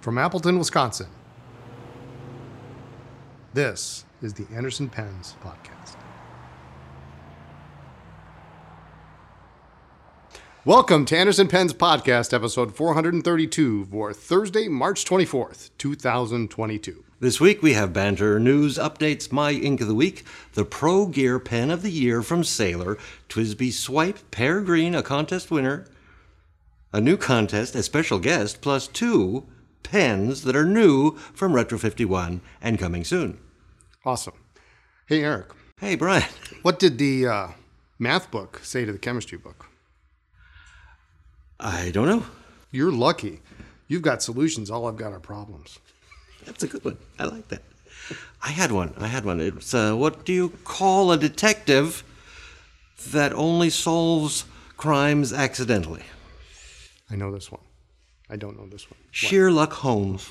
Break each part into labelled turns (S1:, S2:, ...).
S1: From Appleton, Wisconsin, this is the Anderson Pens Podcast. Welcome to Anderson Penn's podcast, episode 432 for Thursday, March 24th, 2022.
S2: This week we have banter, news, updates, my ink of the week, the Pro Gear Pen of the Year from Sailor, Twisby Swipe, Pear Green, a contest winner, a new contest, a special guest, plus two pens that are new from Retro 51 and coming soon.
S1: Awesome. Hey, Eric,
S2: Hey, Brian.
S1: what did the uh, math book say to the chemistry book?
S2: I don't know.
S1: You're lucky. You've got solutions, all I've got are problems.
S2: That's a good one. I like that. I had one. I had one. It's uh, what do you call a detective that only solves crimes accidentally?
S1: I know this one. I don't know this one.
S2: Sheer luck Holmes.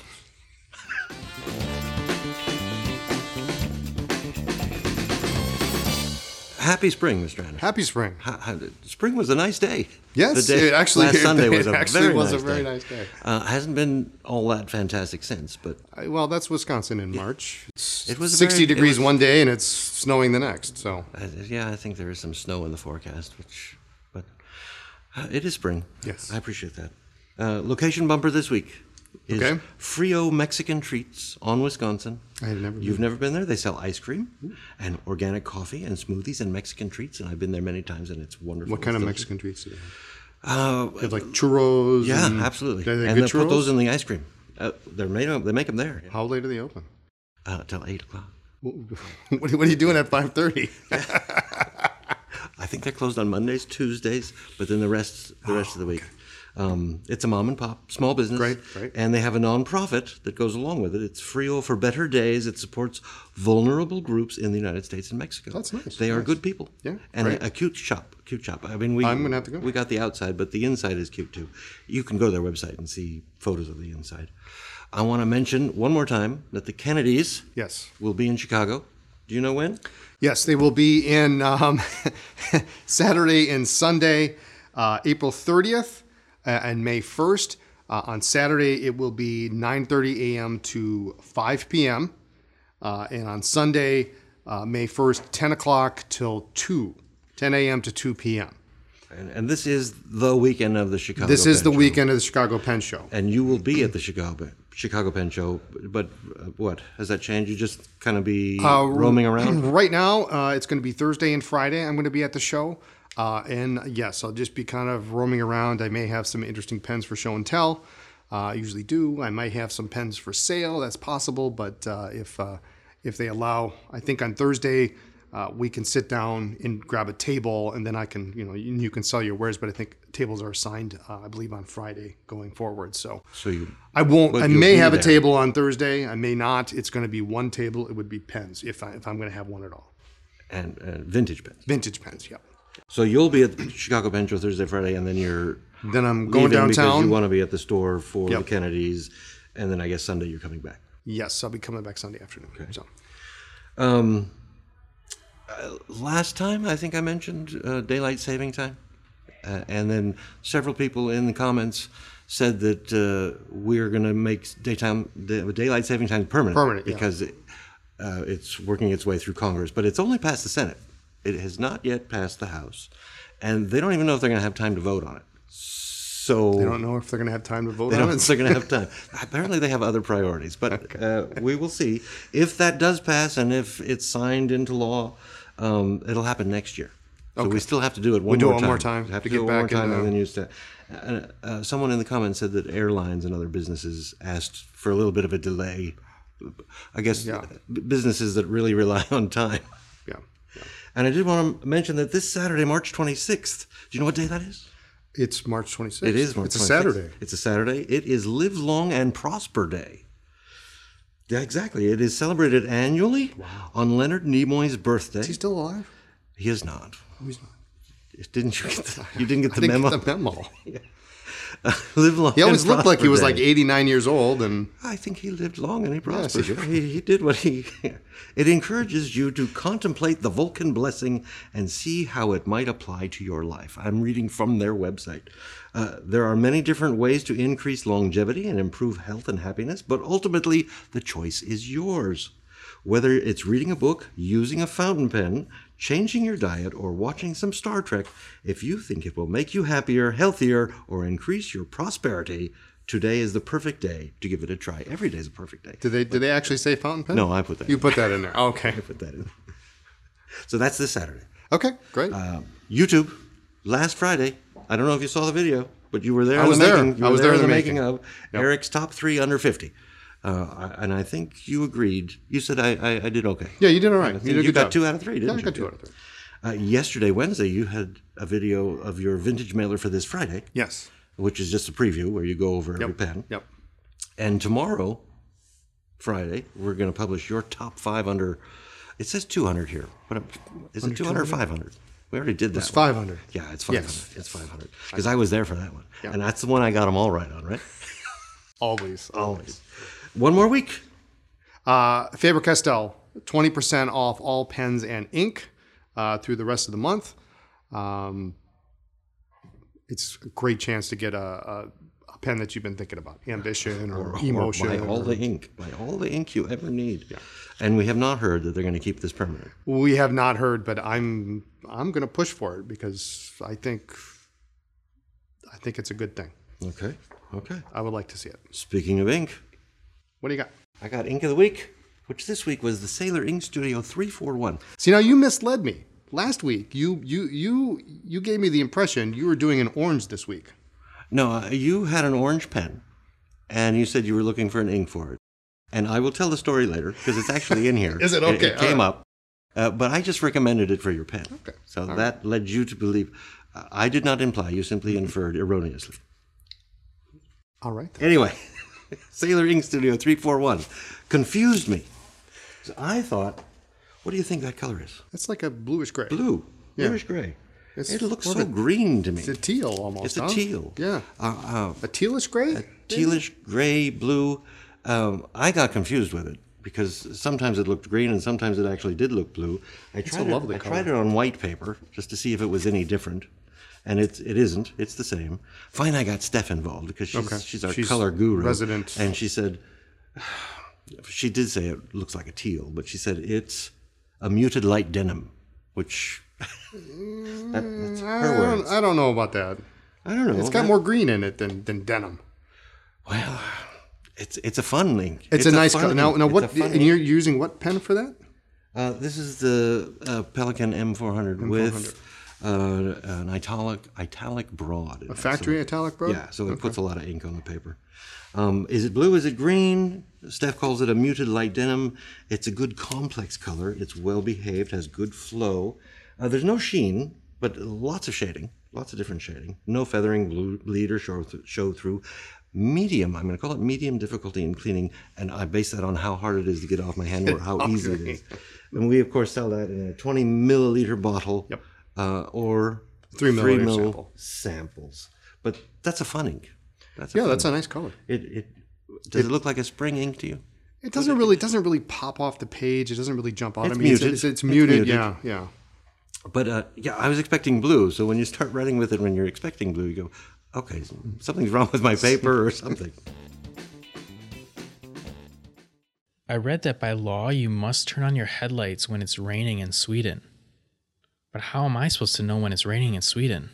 S2: Happy spring, Mr. Anderson.
S1: Happy spring.
S2: Ha- ha- Spring was a nice day.
S1: Yes,
S2: The day-
S1: it actually
S2: last Sunday
S1: it
S2: was a
S1: actually
S2: very
S1: was
S2: nice
S1: a very
S2: day.
S1: nice day.
S2: Uh, hasn't been all that fantastic since, but
S1: I- Well, that's Wisconsin in March. It's
S2: It was a
S1: 60
S2: very- it
S1: degrees
S2: was-
S1: one day and it's snowing the next. So
S2: Uh, yeah, I think there is some snow in the forecast, which, but uh, it is spring.
S1: Yes.
S2: I appreciate that. Uh, location bumper this week is
S1: Okay.
S2: Frio Mexican Treats on Wisconsin.
S1: I have never Mm-hmm.
S2: You've never been there. They sell ice cream and organic coffee and smoothies and Mexican treats, and I've been there many times, and it's wonderful.
S1: What kind of
S2: It's
S1: Mexican treats do they have?
S2: delicious. Uh,
S1: They have like churros.
S2: yeah,
S1: and-
S2: absolutely.
S1: Are Mm-hmm. they
S2: and
S1: good
S2: they put
S1: churros?
S2: those in the ice cream. Uh, they're made. Up, they make them there
S1: How late are they open?
S2: uh, till eight o'clock.
S1: What are what are you doing at 5:30?
S2: I think they're closed on Mondays, Tuesdays, but then the rest the rest of the week. Um, it's a mom and pop small business,
S1: Oh, Great, great.
S2: and they have a nonprofit that goes along with it. It's Frio for Better Days. It supports vulnerable groups in the United States and Mexico.
S1: That's nice,
S2: They are
S1: nice.
S2: good people.
S1: Yeah,
S2: and
S1: great.
S2: a, a cute shop, cute shop. I mean, we
S1: I'm gonna have to go.
S2: We got the outside, but the inside is cute too. You can go to their website and see photos of the inside. I want to mention one more time that the Kennedys
S1: Yes.
S2: will be in Chicago. Do you know when?
S1: Yes, they will be in um, Saturday and Sunday, uh, April 30th uh, and May 1st. Uh, on Saturday, it will be 9:30 a.m. to 5 p.m. Uh, and on Sunday, uh, May 1st, 10 o'clock till 2, 10 a.m. to 2 p.m.
S2: And, and this is the weekend of the Chicago.
S1: This is
S2: Pen
S1: the
S2: Show.
S1: weekend of the Chicago Pen Show.
S2: and you will be at the Chicago Chicago Pen Show. But uh, what has that changed? You just kind of be
S1: Uh,
S2: roaming around.
S1: Right now, uh, it's going to be Thursday and Friday. I'm going to be at the show. Uh, and yes, I'll just be kind of roaming around. I may have some interesting pens for show and tell. Uh, I usually do. I might have some pens for sale. That's possible. But uh, if uh, if they allow, I think on Thursday uh, we can sit down and grab a table, and then I can you know you, you can sell your wares. But I think tables are assigned, uh, I believe, on Friday going forward. So
S2: So you
S1: I won't. I
S2: you'll
S1: may
S2: be
S1: have a
S2: there.
S1: table on Thursday. I may not. It's going to be one table. It would be pens if, I, if I'm going to have one at all.
S2: and uh, vintage pens.
S1: Vintage pens. Yep.
S2: So you'll be at the Chicago Pen Show Thursday, Friday, and then you're
S1: Then I'm going
S2: leaving because
S1: downtown.
S2: you want to be at the store for the
S1: Yep.
S2: Kennedys, and then I guess Sunday you're coming back.
S1: yes, I'll be coming back Sunday afternoon. So
S2: Um, uh, last time I think I mentioned uh, daylight saving time, uh, and then several people in the comments said that uh, we're going to make daytime day, daylight saving time permanent,
S1: Permanent, yeah.
S2: because it, uh, it's working its way through Congress, but it's only passed the Senate. It has not yet passed the House, and they don't even know if they're going to have time to vote on it. So
S1: I don't know if they're going to have time to vote
S2: they
S1: on
S2: don't,
S1: it.
S2: they're going to have time. Apparently, they have other priorities, but uh, we will see if that does pass and if it's signed into law. Um, it'll happen next year. So we still have to do it one,
S1: do it
S2: more,
S1: one
S2: time.
S1: more time
S2: We have
S1: to
S2: to, do
S1: get
S2: it one more
S1: back
S2: time,
S1: into-
S2: and then you sta- uh, uh, someone in the comments said that airlines and other businesses asked for a little bit of a delay. I guess
S1: Yeah.
S2: b- businesses that really rely on time.
S1: yeah. yeah.
S2: And I did want to mention that this Saturday, March 26th. Do you know what day that is?
S1: It's March 26th.
S2: It is March
S1: It's
S2: 26th.
S1: a Saturday.
S2: It's a Saturday. It is Live Long and Prosper Day. Yeah, exactly. It is celebrated annually on Leonard Nimoy's birthday.
S1: Is he still alive?
S2: he is not.
S1: Oh, he's not.
S2: Didn't you get the, you didn't get
S1: I
S2: the
S1: didn't
S2: memo?
S1: get the memo.
S2: Live long.
S1: He always
S2: and
S1: looked like he
S2: prosper
S1: was
S2: day.
S1: like 89 years old, and
S2: I think he lived long and he prospered.
S1: he did.
S2: he, he did what he. It encourages you to contemplate the Vulcan blessing and see how it might apply to your life. I'm reading from their website. Uh, there are many different ways to increase longevity and improve health and happiness, but ultimately the choice is yours. Whether it's reading a book, using a fountain pen, changing your diet, or watching some Star Trek, if you think it will make you happier, healthier, or increase your prosperity, today is the perfect day to give it a try. Every day is a perfect day.
S1: did they did they actually say fountain pen?
S2: No, I put that.
S1: You
S2: in.
S1: put that in there. Okay.
S2: put that in. So that's this Saturday.
S1: Okay. Great.
S2: Um, YouTube, last Friday. I don't know if you saw the video, but you were there.
S1: I
S2: in
S1: was
S2: the
S1: there.
S2: Making, you
S1: I
S2: were
S1: was there
S2: in
S1: in
S2: the
S1: the
S2: making,
S1: making.
S2: of Eric's top three under fifty, uh, I- and I think you agreed. You said I, I, I did okay.
S1: yeah, you did all right.
S2: I
S1: You
S2: think
S1: did
S2: you,
S1: a good
S2: got
S1: job.
S2: two out of three, didn't
S1: Yeah, I
S2: you?
S1: got two out of three.
S2: Uh, yesterday, Wednesday, you had a video of your vintage mailer for this Friday,
S1: Yes.
S2: which is just a preview where you go over every pen.
S1: Yep.
S2: And tomorrow, Friday, we're going to publish your top five under. It says 200 here. What am- is it 200 or 500? We already did that. It's
S1: 500.
S2: Yeah, it's 500.
S1: Yes.
S2: It's 500. Because I was there for that one.
S1: Yeah.
S2: And that's the one I got them all right on, right?
S1: Always.
S2: Always. One more week.
S1: Uh, Faber Castell, 20% off all pens and ink uh, through the rest of the month. Um, it's a great chance to get a, a, a pen that you've been thinking about, ambition or, emotion.
S2: Buy all
S1: or-
S2: the ink. Buy all the ink you ever need. And we have not heard that they're going to keep this permanent.
S1: we have not heard, but I'm I'm going to push for it because I think I think it's a good thing.
S2: Okay. Okay.
S1: I would like to see it.
S2: Speaking of ink,
S1: What do you got?
S2: I got Ink of the Week, which this week was the Sailor Ink Studio 341.
S1: See now you misled me last week. You you you you gave me the impression you were doing an orange this week.
S2: No, uh, you had an orange pen, and you said you were looking for an ink for it. And I will tell the story later because it's actually in here.
S1: Is it?
S2: It,
S1: Okay, all
S2: came
S1: right.
S2: up, uh, but I just recommended it for your pen. Okay. So that led you to believe. uh, I did not imply. You simply inferred erroneously.
S1: All right. then.
S2: Anyway, Sailor Ink Studio 341 confused me. So I thought, what do you think that color is?
S1: That's like a bluish gray.
S2: Blue, bluish gray.
S1: It's
S2: it looks
S1: more
S2: so
S1: of a-
S2: green to me.
S1: It's a teal almost.
S2: It's a
S1: huh?
S2: teal.
S1: Yeah.
S2: Uh, uh,
S1: A tealish gray?
S2: tealish gray blue. Um, I got confused with it because sometimes it looked green and sometimes it actually did look blue. I tried
S1: a lovely
S2: it,
S1: color.
S2: I tried it on white paper just to see if it was any different. And it's it isn't. It's the same. Fine, I got Steph involved because she's,
S1: Okay.
S2: she's our
S1: She's
S2: color guru.
S1: resident.
S2: And she said, she did say it looks like a teal, but she said it's a muted light denim, which that, that's her
S1: I,
S2: word.
S1: don't, I don't know about that.
S2: I don't know.
S1: Mm, It's got
S2: That-
S1: more green in it than, than denim.
S2: Well, it's it's a fun link.
S1: It's, a, nice
S2: fun
S1: color. Now,
S2: link.
S1: now
S2: It's
S1: what?
S2: a fun
S1: And
S2: link.
S1: you're using what pen for that?
S2: Uh, this is the uh, Pelican M400, with uh, an italic italic broad. in it. So-
S1: Factory italic, bro?
S2: yeah, so it puts a lot of ink on the paper. Um, is it blue? Is it green? Steph calls it a muted light denim. It's a good complex color. It's well behaved, has good flow. Uh, there's no sheen, but lots of shading, lots of different shading. No feathering, blue bleed or show, th- show through. Medium, I'm going to call it medium difficulty in cleaning, and I base that on how hard it is to get off my hand or how easy it is. And we, of course, sell that in a 20 milliliter bottle
S1: Yep.
S2: uh, or
S1: Three milliliter
S2: mil
S1: sample.
S2: samples. But that's a fun ink. That's a
S1: Yeah,
S2: fun
S1: that's a
S2: ink.
S1: nice color.
S2: it, it. Does it, look like a spring ink to you?
S1: It doesn't really doesn't really pop off the page. It doesn't really jump out.
S2: It's
S1: I mean,
S2: muted.
S1: It's, it's,
S2: It's
S1: muted.
S2: muted.
S1: Yeah, yeah.
S2: But uh, yeah, I was expecting blue. So when you start writing with it, when you're expecting blue, you go, okay, something's wrong with my paper or something.
S3: I read that by law you must turn on your headlights when it's raining in Sweden. But how am I supposed to know when it's raining in Sweden?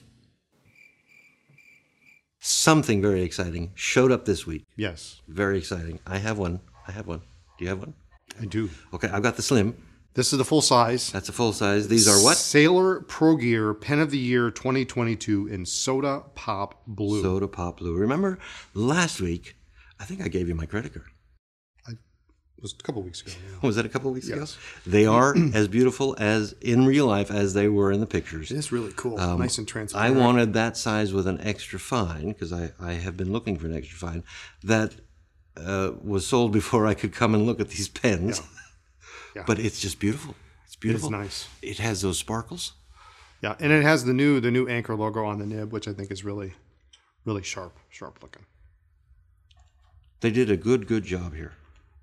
S2: something very exciting showed up this week.
S1: Yes,
S2: Very exciting. I have one. I have one. Do you have one?
S1: I do.
S2: Okay, I've got the slim.
S1: This is the full size.
S2: That's a full size. These are Uh, what?
S1: Sailor Pro Gear Pen of the Year 2022 in soda pop blue.
S2: Soda Pop Blue. Remember last week? I think I gave you my credit card.
S1: it was a couple weeks ago. yeah.
S2: Was that a couple weeks
S1: Yes.
S2: ago? They are as beautiful as in real life as they were in the pictures.
S1: It is really cool.
S2: Um,
S1: nice and
S2: I
S1: transparent.
S2: wanted that size with an extra fine because I, I have been looking for an extra fine that uh, was sold before I could come and look at these pens.
S1: Yeah.
S2: But it's just beautiful. It's beautiful.
S1: nice.
S2: It has those sparkles.
S1: Yeah, and it has the new the new anchor logo on the nib, which I think is really Really sharp, sharp looking.
S2: They did a good, good job here.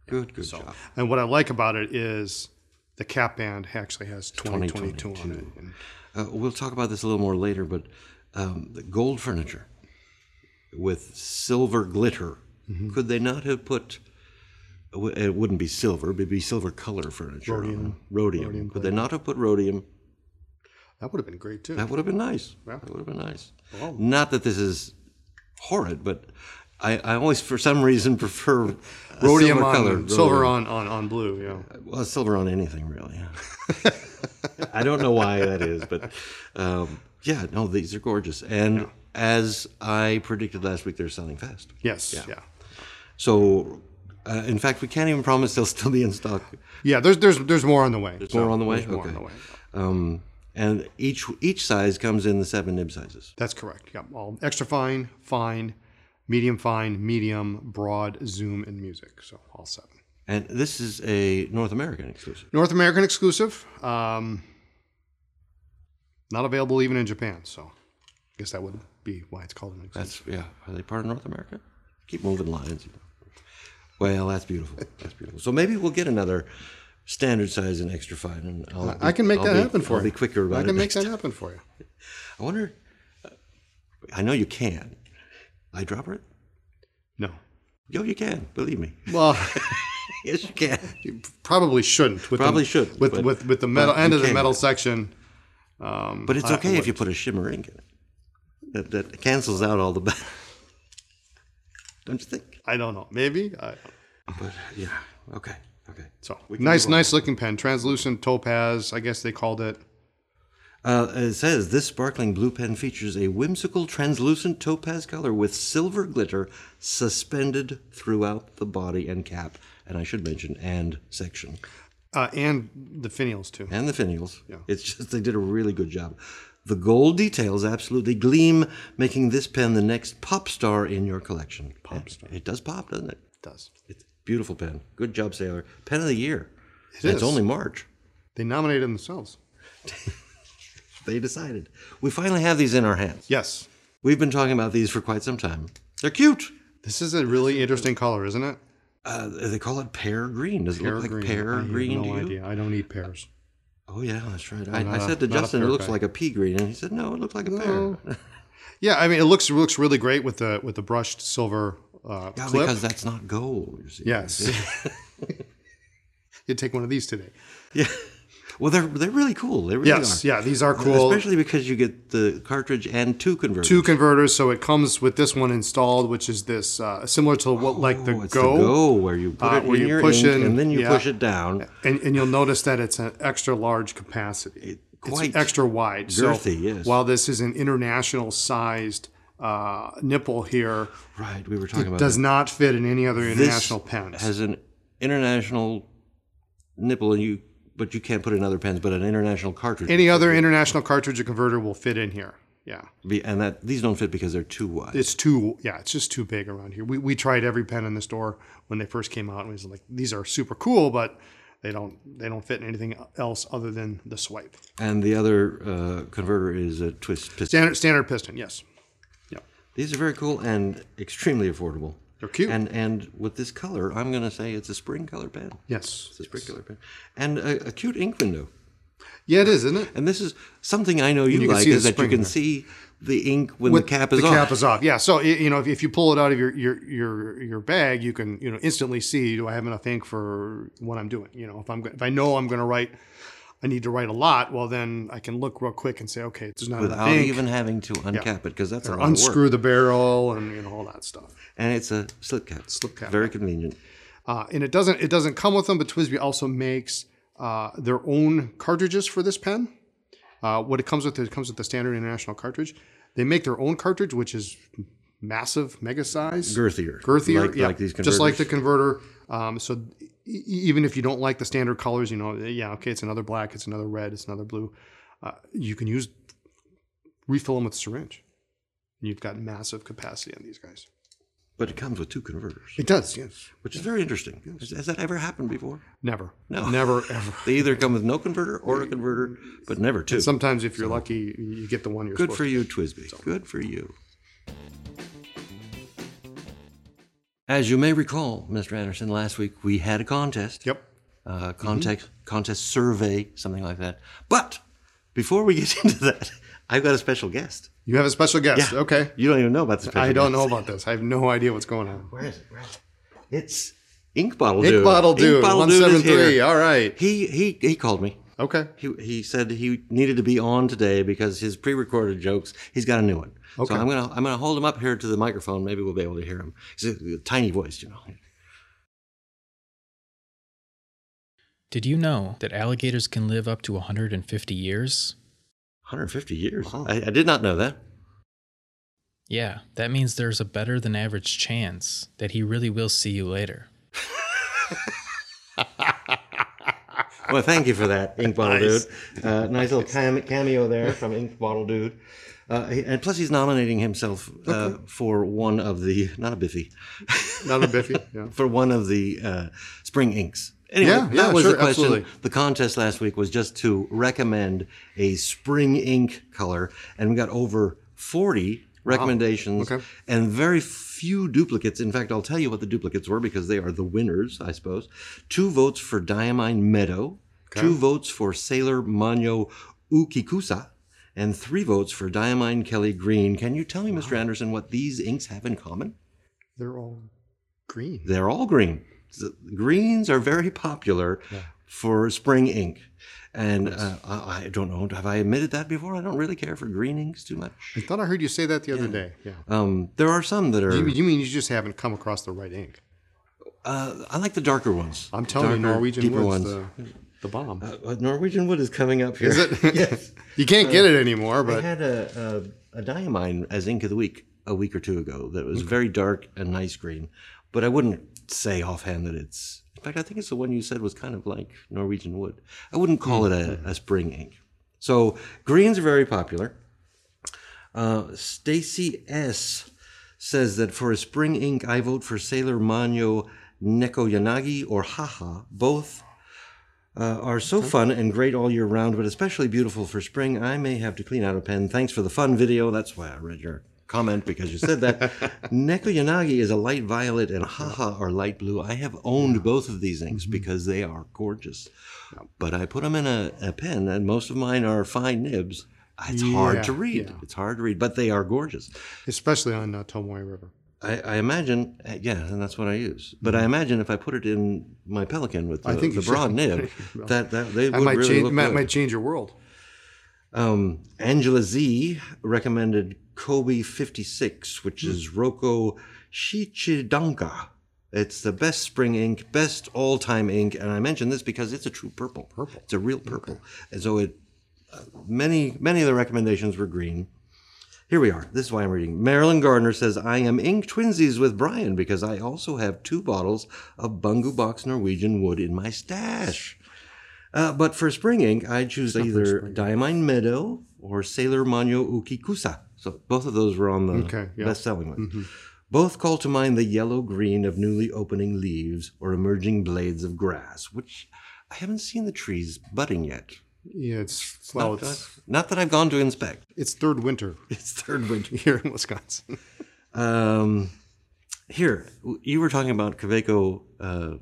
S2: Good, good job.
S1: And what I like about it is the cap band actually has 2022 on it.
S2: 2022.
S1: And
S2: Uh, we'll talk about this a little more later, but um, the gold furniture with silver glitter. Could they not have put? It wouldn't be silver, but it'd be silver color furniture. Rhodium. Rhodium. Could they not have put rhodium?
S1: that would have been great too.
S2: That would have been nice.
S1: Yeah.
S2: That would have been nice. Not that this is horrid, but I, I always, for some reason, prefer a
S1: Rhodium
S2: silver
S1: on
S2: color.
S1: silver on, on on blue. Yeah,
S2: Well, silver on anything, really. I don't know why that is, but um, yeah, no, these are gorgeous. And as I predicted last week, they're selling fast.
S1: yes, yeah. yeah,
S2: So, uh, in fact, we can't even promise they'll still be in stock.
S1: There's there's there's more on the way. There's
S2: more on the way?
S1: There's more
S2: Okay.
S1: on the way.
S2: Um, and each each size comes in the seven nib sizes.
S1: That's correct. Yeah, all extra fine, fine, medium fine, medium, broad, zoom, and music. So all seven.
S2: And this is a North American exclusive.
S1: North American exclusive. Um, not available even in Japan. So I guess that would be why it's called an exclusive.
S2: That's yeah. Are they part of North America? Keep moving lines. Well, that's beautiful. That's beautiful. So maybe we'll get another standard size and extra fine, and I'll
S1: I can make
S2: I'll
S1: that
S2: be-
S1: happen for
S2: I'll
S1: you.
S2: be quicker about
S1: I can
S2: it.
S1: make that happen for you.
S2: I wonder. uh, I know you can. Eyedropper it?
S1: No.
S2: Yo, you can. Believe me.
S1: Well,
S2: Yes, you can.
S1: you probably shouldn't. With
S2: Probably
S1: the,
S2: shouldn't,
S1: With,
S2: but-
S1: with, with the metal
S2: but
S1: end
S2: you
S1: of the
S2: can.
S1: metal section.
S2: But it's okay if you put a shimmer ink in it. That, that cancels out all the bad. Don't you think?
S1: I don't know. Maybe. I,
S2: But yeah. Okay. Okay.
S1: so
S2: can
S1: nice, nice looking pen. Translucent topaz. I guess they called it.
S2: Uh, it says this sparkling blue pen features a whimsical translucent topaz color with silver glitter suspended throughout the body and cap, and I should mention and section
S1: Uh, and the finials too.
S2: and the finials. It's just they did a really good job. The gold details absolutely gleam, making this pen the next pop star in your collection. Pop star. It, does pop, doesn't it?
S1: does.
S2: It's a beautiful pen. Good job, Sailor. Pen of the year.
S1: It
S2: And
S1: is.
S2: It's only March.
S1: They nominated themselves.
S2: They decided. We finally have these in our hands.
S1: Yes.
S2: We've been talking about these for quite some time. They're cute.
S1: This is a really interesting color, isn't it?
S2: Uh, they call it pear green. Does it
S1: Pear
S2: look like
S1: green.
S2: pear
S1: I have
S2: green
S1: no
S2: to you?
S1: idea. I don't eat pears.
S2: Oh yeah, that's right. I, I
S1: not a-
S2: said to
S1: not a
S2: Justin, it
S1: pear
S2: looks
S1: guy. Oh,
S2: like a pea green, and he said, no, it looked like a pear.
S1: Yeah, I mean, it looks it looks really great with the with the brushed silver uh,
S2: Yeah,
S1: clip.
S2: because that's not gold. You see.
S1: yes. You'd take one of these today.
S2: Yeah. Well, they're they're really cool. They really
S1: Yes,
S2: are.
S1: yeah, these are cool.
S2: Especially because you get the cartridge and two converters.
S1: Two converters, so it comes with this one installed, which is this uh, similar to what like the
S2: Oh, it's
S1: Go,
S2: the go where you put
S1: uh,
S2: it
S1: where
S2: in
S1: you
S2: your
S1: push
S2: ink
S1: in-
S2: and then you
S1: yeah.
S2: push it down.
S1: and and you'll notice that it's an extra large capacity.
S2: quite
S1: it's extra wide. so
S2: girthy, yes.
S1: while this is an international sized uh, nipple here,
S2: Right. We were talking about
S1: does
S2: that.
S1: not fit in any other
S2: This
S1: international pens.
S2: has an international nipple, and you but you can't put in other pens, but an international cartridge.
S1: any other international cartridge or converter will fit in here. Yeah.
S2: Be- and that these don't fit because they're too wide.
S1: It's too yeah, it's just too big around here. We we tried every pen in the store when they first came out and we was like these are super cool, but they don't they don't fit in anything else other than the swipe.
S2: and the other uh, converter is a twist piston.
S1: Standard standard piston, yes.
S2: These are very cool and extremely affordable.
S1: They're cute.
S2: And and with this color, I'm going to say it's a spring color pen.
S1: yes.
S2: It's a spring color pen, and a, a cute ink window.
S1: Yeah, it is, isn't it?
S2: And this is something I know you,
S1: you can
S2: like
S1: see
S2: is
S1: the
S2: that you
S1: spring
S2: can
S1: there.
S2: see the ink when the cap is
S1: the
S2: off.
S1: cap is off. Yeah. So y- you know, if, if you pull it out of your, your your your bag, you can you know instantly see do I have enough ink for what I'm doing. You know, if I'm go- if I know I'm going to write, I need to write a lot. Well, then I can look real quick and say, okay, there's not
S2: without
S1: enough ink.
S2: even having to uncap it because that's a lot of work.
S1: unscrew the barrel and you know all that stuff.
S2: And it's a slip cap. Slip
S1: cap.
S2: Very convenient.
S1: Uh, and it doesn't it doesn't come with them, but Twisby also makes uh, their own cartridges for this pen. Uh, what it comes with it comes with the standard international cartridge. They make their own cartridge, which is massive, mega size,
S2: Girthier.
S1: girthier,
S2: Like,
S1: yeah,
S2: like these converters.
S1: just like the converter. Um, so e- e- even if you don't like the standard colors, you know, yeah, okay, it's another black, it's another red, it's another blue. Uh, you can use refill them with syringe. You've got massive capacity on these guys.
S2: But it comes with two converters,
S1: It does, yes.
S2: which is very interesting. Has, has that ever happened before?
S1: Never,
S2: No.
S1: never, ever.
S2: They either come with no converter or a converter, but never two.
S1: Sometimes, if you're lucky, you get the one you're
S2: Good
S1: supposed
S2: for you, Twisby. Good for you. As you may recall, Mr. Anderson, last week we had a contest.
S1: Yep. Mm-hmm.
S2: uh, contest contest survey, something like that. But before we get into that, I've got a special guest.
S1: You have a special guest. Okay.
S2: You don't even know about the special.
S1: I don't know
S2: guest.
S1: about this. I have no idea what's going on.
S2: Where is it? Where is it? It's Ink Bottle
S1: Nick
S2: Dude.
S1: Bottle Dude,
S2: Bottle
S1: one
S2: is
S1: seven three.
S2: here.
S1: All right.
S2: He he he called me.
S1: Okay.
S2: He he said he needed to be on today because his pre-recorded jokes. He's got a new one.
S1: Okay.
S2: So I'm gonna I'm gonna hold him up here to the microphone. Maybe we'll be able to hear him. He's a tiny voice, you know.
S3: Did you know that alligators can live up to 150 years?
S2: 150 years. I, I did not know that.
S3: Yeah, that means there's a better than average chance that he really will see you later.
S2: Well, thank you for that, Ink Bottle Dude. Uh, nice little cam- cameo there from Ink Bottle Dude. Uh, he- and plus, he's nominating himself uh, for one of the not a Biffy,
S1: Not a Biffy. Yeah.
S2: for one of the uh, Spring Inks. Anyway,
S1: Yeah,
S2: that
S1: yeah,
S2: was
S1: sure,
S2: the question.
S1: absolutely.
S2: The contest last week was just to recommend a Spring Ink color, and we got over forty recommendations
S1: Okay.
S2: and very few duplicates. In fact, I'll tell you what the duplicates were because they are the winners, I suppose. Two votes for Diamine Meadow, two votes for Sailor Manyo Ukikusa, and three votes for Diamine Kelly Green. Can you tell me, Mr. Anderson, what these inks have in common?
S1: They're all green.
S2: They're all green. The greens are very popular for spring ink. And uh, I I don't know, have I admitted that before? I don't really care for green inks too much.
S1: I thought I heard you say that the other day. Yeah.
S2: Um, there are some that are.
S1: You, you mean you just haven't come across the right ink?
S2: Uh, I like the darker ones.
S1: I'm telling you,
S2: Darker,
S1: Norwegian
S2: deeper
S1: Wood's
S2: ones.
S1: the, the bomb.
S2: Uh, Norwegian wood is coming up here.
S1: Is it? you can't get it anymore,
S2: I
S1: but
S2: had a, a a diamine as ink of the week a week or two ago that was very dark and nice green, but I wouldn't say offhand that it's. In fact, I think it's the one you said was kind of like Norwegian wood. I wouldn't call it a, a spring ink. So greens are very popular. Uh, Stacy S says that for a spring ink, I vote for Sailor Manyo Nekoyanagi or Haha, both uh, are
S1: Uh-huh.
S2: so fun and great all year round, but especially beautiful for spring. I may have to clean out a pen. Thanks for the fun video. That's why I read your comment because you said that. Neko Yanagi is a light violet and Haha are light blue. I have owned both of these inks
S1: Mm-hmm.
S2: because they are gorgeous, but I put them in a, a pen and most of mine are fine nibs. Ah, It's hard
S1: Yeah,
S2: to read.
S1: yeah.
S2: It's hard to read, but they are gorgeous.
S1: especially on uh, Tomoe River.
S2: I, I imagine, uh, yeah, and that's what I use. But I imagine if I put it in my Pelican with the,
S1: Mm-hmm. I think
S2: the
S1: you should.
S2: broad nib, that, that they
S1: That
S2: would
S1: might
S2: really
S1: change.
S2: look
S1: Might,
S2: good.
S1: might change your world.
S2: Um, Angela Z recommended Kobe 56, which is Roko Shichidanka. It's the best spring ink, best all time ink. And I mention this because it's a true purple. Purple. It's a real purple. And so it, uh, many, many of the recommendations were green. Here we are. This is why I'm reading. Marilyn Gardner says, I am ink twinsies with Brian because I also have two bottles of Bungu Box Norwegian wood in my stash. Uh, but for spring ink, I choose either Diamine Meadow or Sailor Manyo Ukikusa. So both of those were on the
S1: Okay, yeah. Mm-hmm.
S2: best selling one. Both call to mind the yellow green of newly opening leaves or emerging blades of grass, which I haven't seen the trees budding yet.
S1: Yeah, it's well,
S2: not,
S1: it's
S2: not that I've gone to inspect.
S1: it's third winter
S2: It's third winter.
S1: here in Wisconsin.
S2: Um, here, w- you were talking about Caveco uh,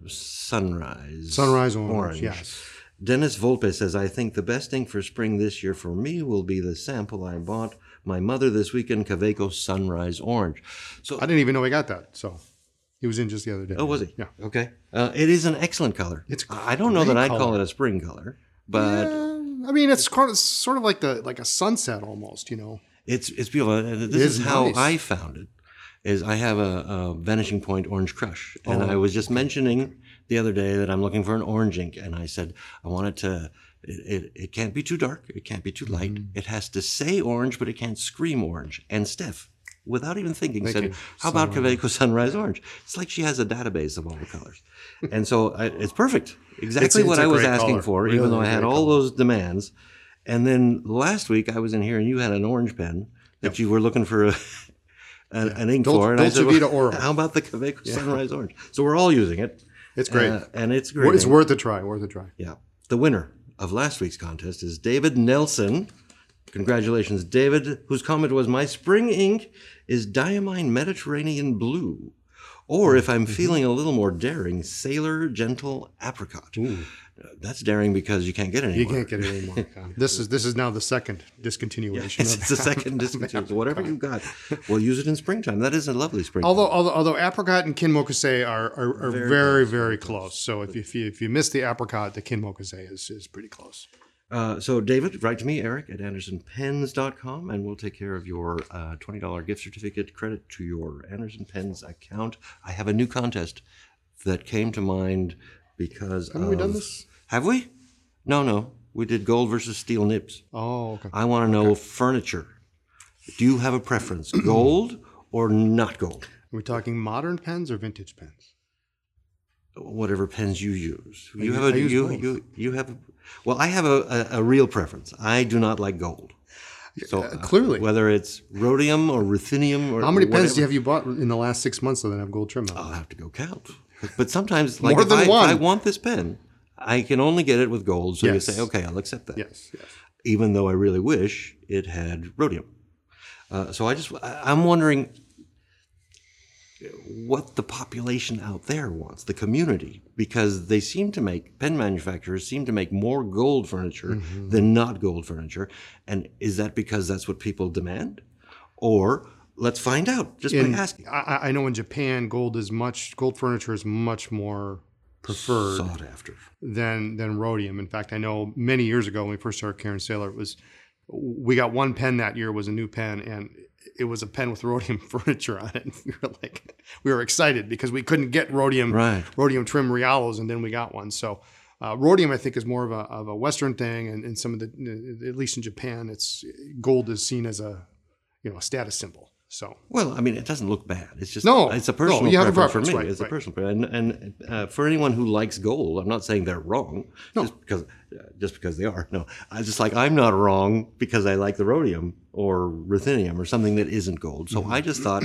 S2: Sunrise.
S1: Sunrise orange. Yes.
S2: Dennis Volpe says, I think the best ink for spring this year for me will be the sample I bought my mother this weekend, Caveco Sunrise Orange. So,
S1: I didn't even know I got that. So he was in just the other day.
S2: oh, was he?
S1: Yeah.
S2: Okay. Uh, it is an excellent color.
S1: It's
S2: I I don't know that
S1: great
S2: I'd call
S1: color.
S2: it a spring color, but
S1: I mean, it's kind of- sort of like the like a sunset almost. You know.
S2: It's it's beautiful. And This
S1: is
S2: is, how
S1: nice.
S2: I found it. Is I have a, a Vanishing Point Orange Crush, and I was just mentioning the other day that I'm looking for an orange ink, and I said I want it to. It, it, it can't be too dark. It can't be too light. It has to say orange, but it can't scream orange. And Steph, without even thinking, said,
S1: it
S2: "How about Caveco Sunrise Orange?" It's like she has a database of all the colors, and so I, it's perfect. Exactly
S1: it's
S2: what
S1: a
S2: I was
S1: great
S2: asking
S1: color.
S2: for,
S1: Really
S2: even though I
S1: great
S2: had all those demands. And then last week I was in here and you had an orange pen that you were looking for a, an, an ink
S1: Dol-
S2: for. And I
S1: Dolce
S2: said,
S1: Vita Oro.
S2: How about the Quebec Sunrise Orange? So we're all using it.
S1: It's great.
S2: Uh, and it's great.
S1: it's worth a try. Worth a try.
S2: yeah. The winner of last week's contest is David Nelson. Congratulations, David, whose comment was My spring ink is Diamine Mediterranean Blue Or if
S1: Mm-hmm.
S2: I'm feeling a little more daring, Sailor Gentle Apricot. Uh, That's daring because you can't get it
S1: You
S2: anymore.
S1: can't get it anymore. this is this is now the second discontinuation.
S2: It's,
S1: of
S2: it's the second discontinued. Whatever you've got, we'll use it in springtime. That is a lovely springtime.
S1: Although, although, although apricot and kinmokase are, are, are very, very, close. So if, you- if you if you miss the apricot, the kinmokase is, is pretty close.
S2: Uh, so, David, write to me, Eric, at AndersonPens.com, and we'll take care of your uh, $20 gift certificate credit to your Anderson Pens account. I have a new contest that came to mind because.
S1: Haven't we done
S2: of-
S1: this?
S2: Have we? No, no. We did gold versus steel nibs.
S1: Oh, okay.
S2: I want to know furniture. Do you have a preference, gold or not gold?
S1: Are we talking modern pens or vintage pens?
S2: whatever pens you use. You
S1: u-
S2: have
S1: I
S2: a
S1: use
S2: you,
S1: both.
S2: you you have well, I have a, a, a real preference. I do not like gold. So
S1: Uh, clearly.
S2: whether it's rhodium or ruthenium or
S1: How many
S2: or
S1: pens do you
S2: whatever, Oh.
S1: have you bought in the last six months that have gold trim on?
S2: I'll have to go count. But sometimes, like
S1: More
S2: if
S1: than
S2: I, if
S1: one.
S2: I want this pen, I can only get it with gold. So
S1: Yes.
S2: you say, okay, I'll accept that,
S1: Yes, yes.
S2: even though I really wish it had rhodium. Uh, so I just I- I'm wondering what the population out there wants, the community, because they seem to make pen manufacturers seem to make more gold furniture
S1: Mm-hmm.
S2: than not gold furniture, and is that because that's what people demand, or let's find out just
S1: In,
S2: by asking.
S1: I, I- I know in Japan, gold is much gold furniture is much more preferred
S2: Sought after.
S1: than than rhodium. In fact, I know many years ago when we first started Karen Sailor, it was we got one pen that year was a new pen and it was a pen with rhodium furniture on it. We were like we were excited because we couldn't get rhodium
S2: Right.
S1: rhodium trim Rialos and then we got one. So uh, rhodium I think is more of a, of a Western thing and, and some of the at least in Japan it's gold is seen as a you know a status symbol. So
S2: Well, I mean, it doesn't look bad. It's just
S1: No,
S2: It's a
S1: no,
S2: personal
S1: you have a preference,
S2: preference, for me.
S1: right,
S2: it's
S1: right.
S2: a personal preference, and, and uh, for anyone who likes gold, I'm not saying they're wrong. No, just because uh, just because they are. No, I just like I'm not wrong because I like the rhodium or ruthenium or something that isn't gold. So I just thought.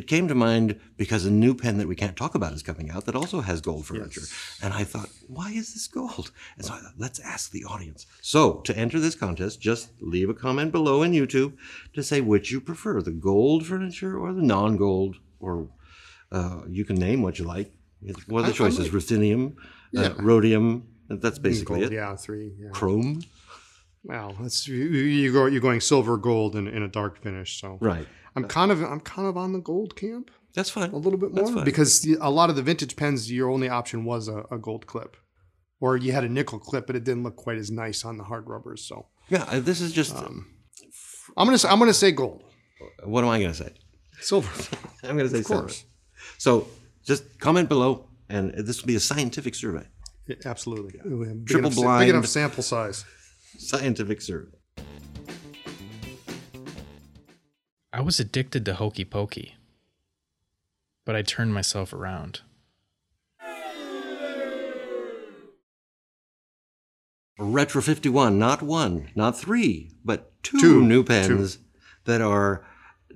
S2: It came to mind because a new pen that we can't talk about is coming out that also has gold furniture. And I thought, why is this gold? And so I thought, let's ask the audience. So to enter this contest, just leave a comment below in YouTube to say which you prefer the gold furniture or the non gold, or uh, you can name what you like. It's- What are the
S1: I- I
S2: choices? Ruthenium, uh, rhodium, that's basically
S1: gold,
S2: it.
S1: yeah, three. Yeah.
S2: Chrome.
S1: Wow, that's you, you you go you're going silver gold in, in a dark finish. So
S2: Right.
S1: I'm kind of I'm kind of on the gold camp
S2: That's fine.
S1: a little bit
S2: That's
S1: more
S2: fine.
S1: because the- a lot of the vintage pens your only option was a, a gold clip, or you had a nickel clip, but it didn't look quite as nice on the hard rubbers. So
S2: Yeah, uh, this is just
S1: I'm gonna say, I'm gonna say gold,
S2: what am I going to say?
S1: silver.
S2: I'm going to say
S1: of course,
S2: So just comment below, and this will be a scientific survey.
S1: Yeah, absolutely. Ooh, big
S2: Triple
S1: enough,
S2: blind.
S1: big enough sample size.
S2: Scientific survey.
S3: I was addicted to Hokey Pokey, but I turned myself around.
S2: Retro 51, not one, not three, but two,
S1: Two.
S2: new pens that are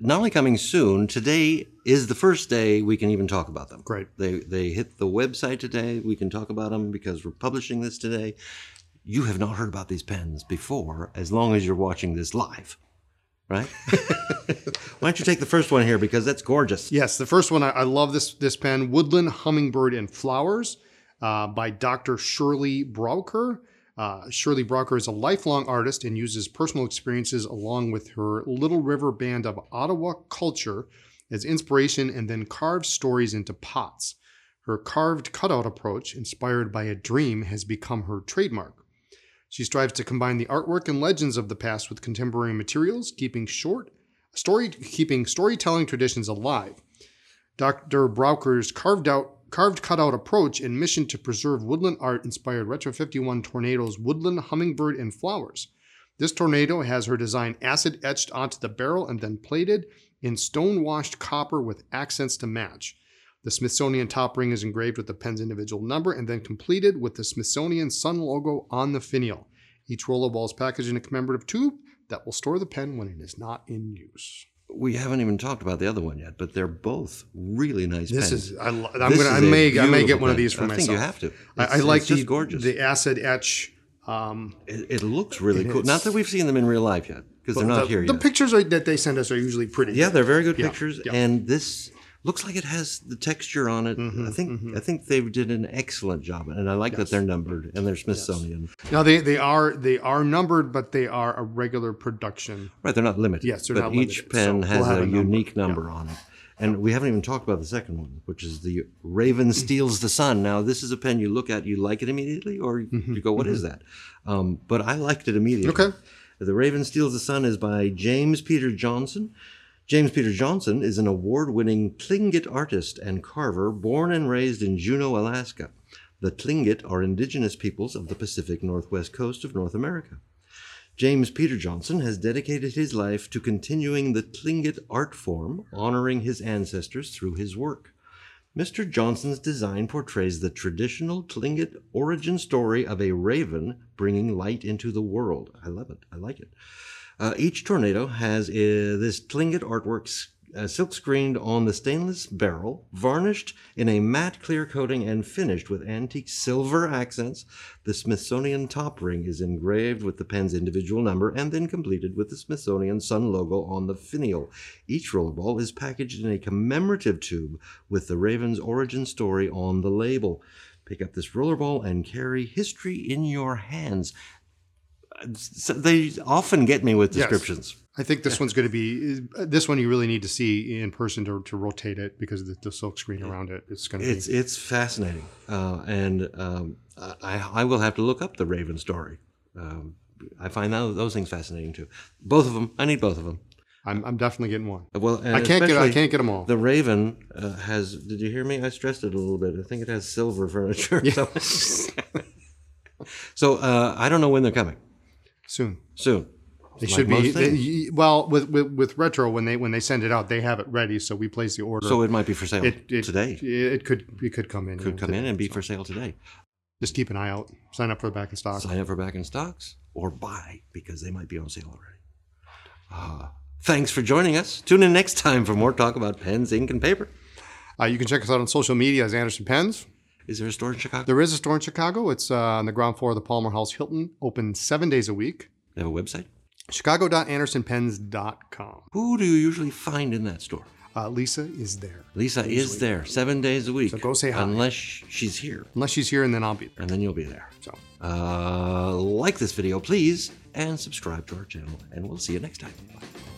S2: not only coming soon, today is the first day we can even talk about them.
S1: Great.
S2: They, they hit the website today. We can talk about them because we're publishing this today. You have not heard about these pens before, as long as you're watching this live, right? Why don't you take the first one here because that's gorgeous.
S1: Yes, the first one I, I love this this pen, Woodland Hummingbird and Flowers, uh, by Dr. Shirley Browker. Uh, Shirley Browker is a lifelong artist and uses personal experiences along with her Little River Band of Ottawa culture as inspiration, and then carves stories into pots. Her carved cutout approach, inspired by a dream, has become her trademark. She strives to combine the artwork and legends of the past with contemporary materials, keeping short story keeping storytelling traditions alive. Dr. Browker's carved out carved cutout approach and mission to preserve woodland art inspired Retro 51 Tornado's Woodland Hummingbird and Flowers. This tornado has her design acid etched onto the barrel and then plated in stone washed copper with accents to match. The Smithsonian top ring is engraved with the pen's individual number and then completed with the Smithsonian Sun logo on the finial. Each rollerball is packaged in a commemorative tube that will store the pen when it is not in use.
S2: We haven't even talked about the other one yet, but they're both really nice
S1: This
S2: pens.
S1: is I, lo- I'm
S2: This
S1: gonna I
S2: is a
S1: may I may
S2: beautiful
S1: get one of
S2: pen.
S1: these for
S2: I
S1: myself.
S2: think you have to.
S1: I,
S2: It's-
S1: I like
S2: it's
S1: the
S2: just gorgeous.
S1: the acid etch. Um,
S2: It, it looks really
S1: It
S2: cool. Not
S1: is.
S2: that we've seen them in real life yet, because they're not
S1: the,
S2: here
S1: the
S2: yet.
S1: pictures are, that they send us are usually pretty.
S2: yeah,
S1: good.
S2: they're very good
S1: Yeah,
S2: pictures.
S1: yeah.
S2: And this Looks like it has the texture on it.
S1: Mm-hmm,
S2: I think I think they did an excellent job, and I like that they're numbered and they're Smithsonian.
S1: Now they, they are they are numbered, but they are a regular production.
S2: Right, they're not limited.
S1: Yes, they're not
S2: but each
S1: limited,
S2: pen
S1: so
S2: has
S1: we'll have
S2: a,
S1: a number.
S2: unique number on it. And we haven't even talked about the second one, which is the Raven Steals the Sun. Now, this is a pen you look at, you like it immediately, or you go, "What is that? Um, but I liked it immediately.
S1: Mm-hmm, Okay.
S2: The Raven Steals the Sun is by James Peter Johnson. James Peter Johnson is an award winning Tlingit artist and carver born and raised in Juneau, Alaska. The Tlingit are indigenous peoples of the Pacific Northwest coast of North America. James Peter Johnson has dedicated his life to continuing the Tlingit art form, honoring his ancestors through his work. Mr. Johnson's design portrays the traditional Tlingit origin story of a raven bringing light into the world. I love it. I like it. Uh, each tornado has uh, this Tlingit artwork s- uh, silk screened on the stainless barrel, varnished in a matte clear coating and finished with antique silver accents. The Smithsonian top ring is engraved with the pen's individual number and then completed with the Smithsonian Sun logo on the finial. Each rollerball is packaged in a commemorative tube with the Raven's origin story on the label. Pick up this rollerball and carry history in your hands. Uh, So they often get me with descriptions.
S1: I think this one's going to be this one you really need to see in person to, to rotate it because the, the silk screen around it. It's going to
S2: It's
S1: be
S2: it's fascinating, uh, and um, I I will have to look up the Raven story. Um, I find tho- those things fascinating too. Both of them, I need both of them.
S1: I'm, I'm definitely getting one.
S2: Well, and
S1: I can't get I
S2: especially
S1: can't get them all.
S2: The Raven uh, has. Did you hear me? I stressed it a little bit. I think it has silver furniture. So, so uh, I don't know when they're coming.
S1: Soon
S2: Soon.
S1: they
S2: Like
S1: should be.
S2: most
S1: they-
S2: things.
S1: y- well, with, with with retro when they when they send it out, they have it ready, so we place the order.
S2: so it might be for sale
S1: it, it-
S2: today.
S1: It, could it could come in.
S2: could come in and be for sale today.
S1: Just keep an eye out. Sign up for the back in stock.
S2: Sign up for back in stocks or buy because they might be on sale already. Uh, thanks for joining us. Tune in next time for more talk about pens, ink, and paper.
S1: Uh, you can check us out on social media as Anderson Pens.
S2: Is there a store in Chicago?
S1: There is a store in Chicago. It's uh, on the ground floor of the Palmer House Hilton. Open seven days a week.
S2: They have a website.
S1: Chicago.andersonpens.com.
S2: Who do you usually find in that store?
S1: Uh, Lisa is there.
S2: Lisa is there seven days a week. So
S1: go say hi.
S2: Unless she's here,
S1: Unless she's here, and then I'll be there.
S2: and then you'll be there.
S1: So,
S2: Uh, like this video, please, and subscribe to our channel, and we'll see you next time. Bye.